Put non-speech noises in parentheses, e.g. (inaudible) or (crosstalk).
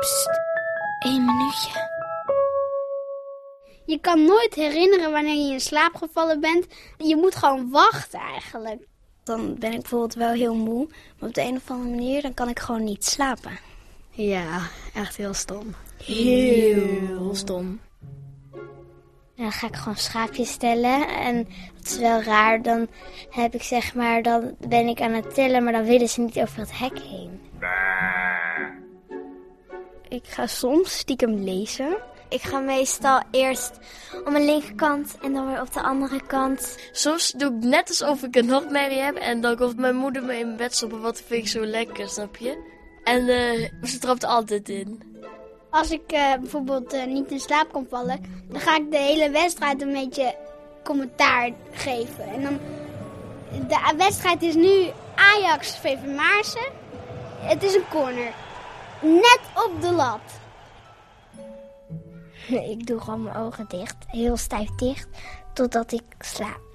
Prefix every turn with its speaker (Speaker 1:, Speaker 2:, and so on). Speaker 1: Pst, één minuutje.
Speaker 2: Je kan nooit herinneren wanneer je in slaap gevallen bent. Je moet gewoon wachten eigenlijk.
Speaker 1: Dan ben ik bijvoorbeeld wel heel moe. Maar op de een of andere manier dan kan ik gewoon niet slapen.
Speaker 3: Ja, echt heel stom.
Speaker 4: Heel stom.
Speaker 5: Dan ga ik gewoon schaapjes tellen. En dat is wel raar. Dan heb ik zeg maar, dan ben ik aan het tellen, maar dan willen ze niet over het hek heen.
Speaker 1: Ik ga soms stiekem lezen.
Speaker 5: Ik ga meestal eerst om mijn linkerkant en dan weer op de andere kant.
Speaker 4: Soms doe ik net alsof ik een nachtmerrie heb en dan komt mijn moeder me in bed stoppen. Wat vind ik zo lekker, snap je? En eh, ze trapt altijd in.
Speaker 2: Als ik eh, bijvoorbeeld eh, niet in slaap kon vallen, dan ga ik de hele wedstrijd een beetje commentaar geven. En dan, de wedstrijd is nu Ajax VV Maarsen. Het is een corner. Net op de
Speaker 5: (laughs)
Speaker 2: lat.
Speaker 5: Ik doe gewoon mijn ogen dicht, heel stijf dicht, totdat ik slaap.